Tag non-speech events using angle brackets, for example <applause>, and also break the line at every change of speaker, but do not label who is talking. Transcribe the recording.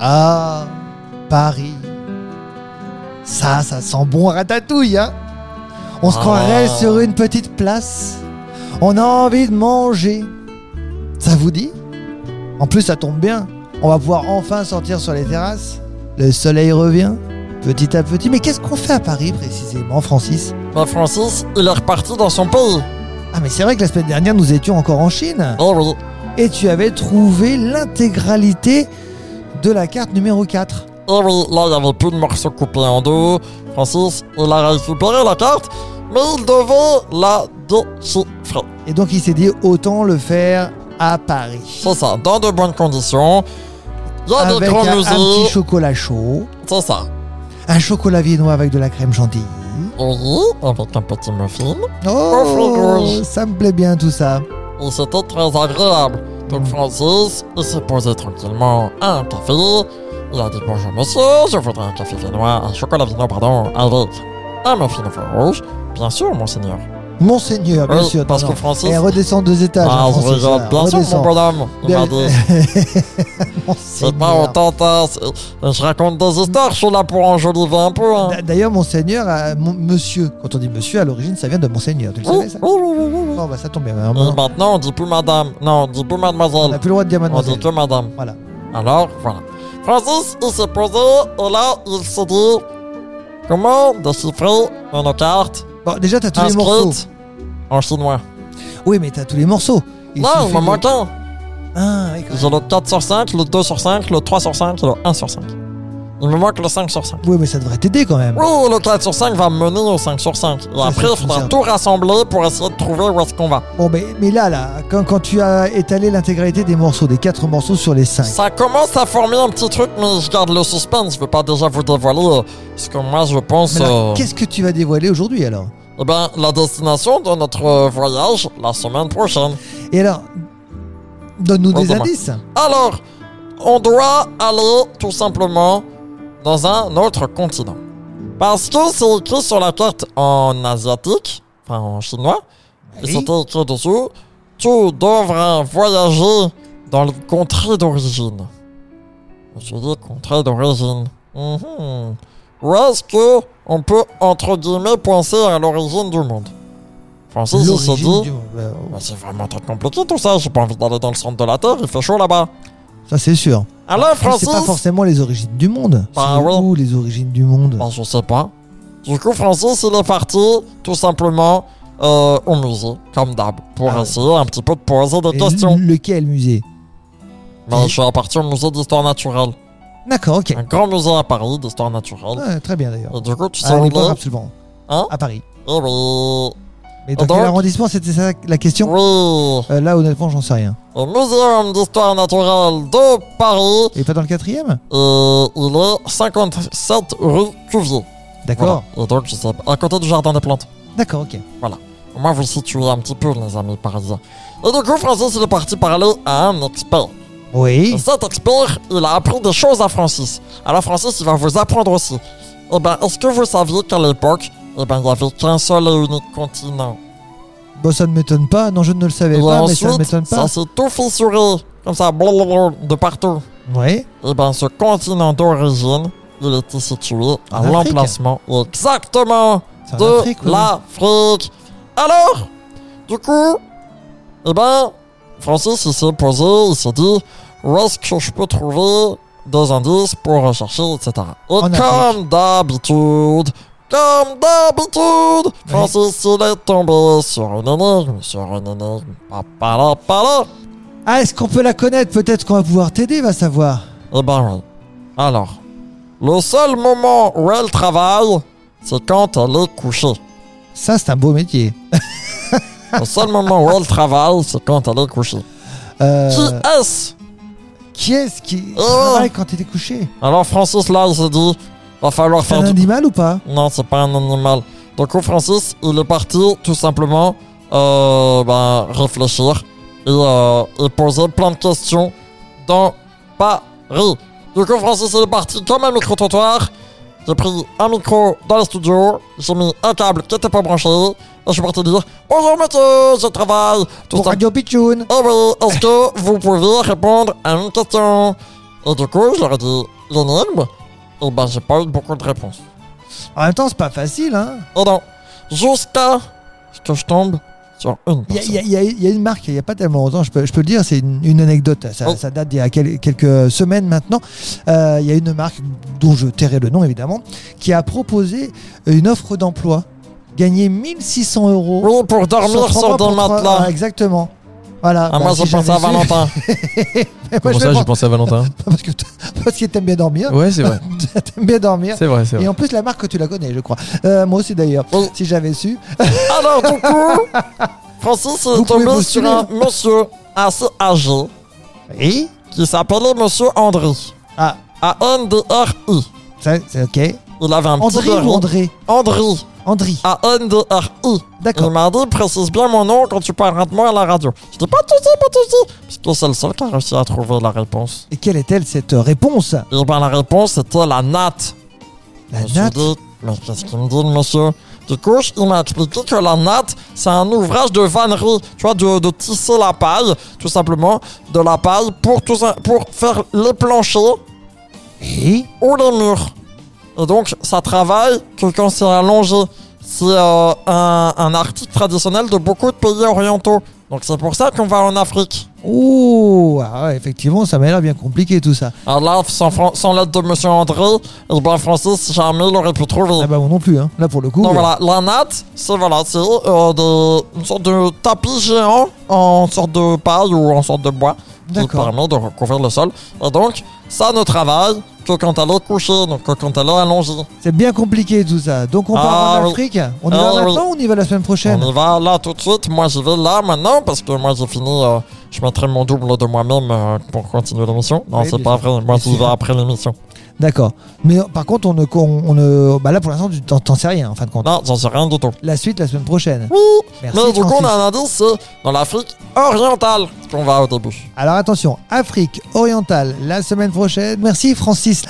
Ah, Paris. Ça, ça sent bon à ratatouille, hein On se
Ah.
croirait sur une petite place. On a envie de manger. Ça vous dit En plus, ça tombe bien. On va pouvoir enfin sortir sur les terrasses. Le soleil revient, petit à petit. Mais qu'est-ce qu'on fait à Paris précisément, Francis
Mais Francis, il est reparti dans son pays.
Ah, mais c'est vrai que la semaine dernière, nous étions encore en Chine.
Oh oui.
Et tu avais trouvé l'intégralité de la carte numéro 4.
Eh oui, là, il n'y avait plus de morceaux coupés en deux. Francis, il a récupéré la carte, mais il devait la déchiffrer.
Et donc il s'est dit autant le faire à Paris.
C'est ça, dans de bonnes conditions. Il y a des
Avec
grands
un, un petit
musées.
chocolat chaud,
C'est ça.
un chocolat viennois avec de la crème chantilly.
Oui, avec un petit muffin.
Oh,
frigo.
ça me plaît bien tout ça.
Et c'était très agréable.
Mm.
Donc Francis, il s'est posé tranquillement à un café. Il a dit bonjour monsieur, je voudrais un café viennois, un chocolat viennois, pardon, avec un muffin au feu rouge. Bien sûr, monseigneur.
Monseigneur, bien
Oui,
sûr.
Hein, parce
non,
que
non.
Francis-
Eh, redescends deux étages. hein,
Ah, je
Francis,
rigole,
voilà,
bien sûr, mon
redescends.
bonhomme. Il <laughs> m'a dit,
Monseigneur.
c'est pas autant, hein, c'est- je raconte des histoires, je suis là pour enjoliver un peu. Hein.
D'a- D'ailleurs, Monseigneur, euh, mon- Monsieur, quand on dit Monsieur, à l'origine, ça vient de Monseigneur. Tu le savais
Oui,
ça
oui, oui, oui, oui.
Bon, bah ça tombe bien.
Et
On
Euh, maintenant, on dit plus madame. Non, on dit plus
n'a
mademoiselle.
plus le droit de dire
On dit
mademoiselle.
que madame.
Voilà.
Alors, voilà. Francis, il s'est posé, et là, il s'est dit Comment déchiffrer une carte
Bon, déjà, t'as tous les morceaux.
inscrite en chinois
Oui, mais t'as tous les morceaux. Il
Non,
suffit
il me
de-
manque un.
Ah, oui, quand même.
J'ai le 4 sur 5, le 2 sur 5, le 3 sur 5 et le 1 sur 5. Il me manque le 5 sur 5.
Oui, mais ça devrait t'aider quand même.
Oui, le 4 sur 5 va me mener au 5 sur 5. Et
Ça,
après,
c'est
il faudra
bien.
tout rassembler pour essayer de trouver où est-ce qu'on va.
Bon, mais, mais là, là, quand, quand tu as étalé l'intégralité des morceaux, des quatre morceaux sur les cinq,
Ça commence à former un petit truc, mais je garde le suspense. Je ne veux pas déjà vous dévoiler euh, ce que moi je pense.
mais là,
euh,
qu'est-ce que tu vas dévoiler aujourd'hui alors
Eh ben, la destination de notre euh, voyage la semaine prochaine.
Et alors, donne-nous
Oh,
des
demain.
indices.
Alors, on doit aller tout simplement dans un autre continent. Parce que c'est écrit sur la carte en asiatique, enfin en chinois, et
Oui.
c'était écrit dessous, tu devras voyager dans le contrée d'origine. Je dis contrée d'origine. Mhm. Où est-ce que on peut, entre guillemets, penser à l'origine du monde Francis, il se
L'origine
dit,
du- euh,
bah, c'est vraiment très compliqué tout ça, j'ai pas envie d'aller dans le centre de la Terre, il fait chaud là-bas.
Ça, c'est sûr.
Alors
Après, Ah, C'est
Francis
pas forcément les origines du monde.
Bah,
c'est
ouais.
où les origines du monde
Bah, je sais pas. Du coup Francis il est parti tout simplement euh, au musée, comme d'hab, pour
Ah ouais.
essayer un petit peu de poser des
Et
questions.
Lequel musée
Mais je suis parti au musée d'histoire naturelle.
D'accord, ok.
Un grand musée à Paris d'histoire naturelle.
Ah, très bien d'ailleurs.
Et du coup tu sais
Ah, à
où il
l'époque,
est
absolument.
Hein
à Paris.
Eh oui.
Mais dans
Donc-
quel arrondissement c'était ça la question
Oui.
Euh, Là, honnêtement, j'en sais rien.
Au muséum d'histoire naturelle de Paris.
Et pas dans le quatrième
Et il est 57 rue Cuvier.
D'accord.
Voilà. Et donc, je sais pas, à côté du jardin des plantes.
D'accord, ok.
Au moins, vous situez un petit peu, les amis parisiens. Et du coup, Francis, il est parti parler à un expert. Et
Oui.
cet expert, il a appris des choses à Francis. Alors, Francis, il va vous apprendre aussi. Eh ben, est-ce que vous saviez qu'à l'époque, eh ben, il n'y avait qu'un seul et unique continent
Bon, Oh, ça ne m'étonne pas. Non, je ne le savais
Et
pas, mais ça ne
ensuite,
m'étonne pas.
ça s'est tout fissuré, comme ça, blablabla, de partout.
Oui.
Eh ben, ce continent d'origine, il était situé à
En Afrique.
l'emplacement exactement
C'est en
de
Afrique, oui.
l'Afrique. Alors, du coup, eh ben, Francis, il s'est posé, il s'est dit, où est-ce que je peux trouver des indices pour rechercher, etc. Et
Afrique.
comme d'habitude, comme d'habitude, Francis, il est tombé sur une énigme, sur une énigme, pa, pa, la, pa, la.
Ah, est-ce qu'on peut la connaître Peut-être qu'on va pouvoir t'aider, va savoir.
Eh ben oui. Alors, le seul moment où elle travaille, c'est quand elle est couchée.
Ça, c'est un beau métier.
Le seul moment où elle travaille, c'est quand elle est couchée.
Euh,
Qui est-ce
qui est-ce qui
Oh.
travaille quand t'étais couché
Alors Francis, là, il s'est dit, va falloir
C'est
faire
un
du...
animal ou pas
Non, c'est pas un animal. Donc Francis, il est parti tout simplement euh, ben, réfléchir et, euh, et poser plein de questions dans Paris. Du coup, Francis, il est parti comme un micro-trottoir. J'ai pris un micro dans le studio, j'ai mis un câble qui n'était pas branché, et je suis parti dire « Bonjour monsieur, je travaille !»
Pour
Tout simplement.
Radio Pichoun
Eh oui, est-ce que vous pouvez répondre à une question Et du coup, je leur ai dit l'énigme. Et ben, j'ai pas eu beaucoup de réponses.
En même temps, c'est pas facile, hein.
Et non. Jusqu'à ce que je tombe sur une
Il y, a-
personne.
il y a- il y a- il y a une marque, il n'y a pas tellement longtemps, je peux, je peux le dire, c'est une, une anecdote, ça,
Oh.
ça date d'il y a quel- quelques semaines maintenant. Euh, Il y a une marque dont je tairai le nom évidemment, qui a proposé une offre d'emploi. Gagner 1600 euros.
Oui, pour dormir
trois
sur
mois
des
pour trois-
matelas.
Ah, exactement. Voilà.
Ah,
Bah,
moi,
si
je pense
j'avais
à
su- <laughs>
Valentin.
Moi,
Comment
je
ça,
pense-
j'ai pensé à Valentin
<laughs> Parce que t- parce que t'aimes bien dormir.
Ouais, c'est vrai.
<laughs> T'aimes bien dormir.
C'est vrai, c'est
Et
vrai.
en plus, la marque, tu la connais, je crois. Euh, moi aussi, d'ailleurs.
Oui.
Si j'avais su.
Alors, du coup, Francis
Vous pouvez
est tombé sur
postuler.
un monsieur assez âgé
Oui.
qui s'appelait Monsieur Andry.
Ah,
A-N-D-R-I.
ça, c'est OK.
Il avait un petit hein. Ah.
André ou
verrou.
André
Andry.
Andri.
A-N-D-R-I. Il
D'accord.
m'a dit, précise bien mon nom quand tu parleras de moi à la radio. Je dis, pas de soucis, pas de soucis. Puisque c'est le seul qui a réussi à trouver la réponse.
Et quelle est-elle cette euh, réponse
Et bien, la réponse, c'était la natte.
La
Je me suis
natte
dit, mais qu'est-ce qu'il me dit, le monsieur Du coup, je- il m'a expliqué que la natte, c'est un ouvrage de vannerie, tu vois, de, de tisser la paille, tout simplement, de la paille pour, tout, ça- pour faire les planchers
Et
ou les murs. Et donc, ça travaille que quand c'est allongé. C'est euh, un, un article traditionnel de beaucoup de pays orientaux. Donc, c'est pour ça qu'on va en Afrique.
Oh ah ouais, Effectivement, ça m'a l'air bien compliqué tout ça.
Alors là, sans, Fran- sans l'aide de monsieur André, et ben Francis, jamais il aurait pu trouver.
Ah bah moi non plus, hein. là pour le coup.
Donc
euh,
voilà, la natte, c'est voilà, c'est euh, des- une sorte de tapis géant en sorte de paille ou en sorte de bois qui
D'accord.
permet de recouvrir le sol. Et donc, ça ne travaille que quand elle est couchée, donc que quand elle est allongée.
C'est bien compliqué tout ça. Donc on
Ah
part en
oui.
Afrique. On y
Ah oui.
va maintenant ou on y va la semaine prochaine
On y va là tout de suite. Moi, j'y vais là maintenant parce que moi, j'ai fini. euh, je mettrai mon double de moi-même euh, pour continuer l'émission. Non,
Oui,
c'est
bien
pas
sûr.
vrai.
Bien
Moi, j'y
sûr.
vais après l'émission.
D'accord. Mais euh, par contre, on ne, on, on ne- bah là pour l'instant, tu t'en t'en sais rien en fin de compte.
Non, j'en sais rien du tout.
La suite la semaine prochaine.
Oui,
Merci.
mais du coup,
Francis.
on a un indice, c'est dans l'Afrique orientale qu'on va au début.
Alors attention, Afrique orientale la semaine prochaine. Merci Francis.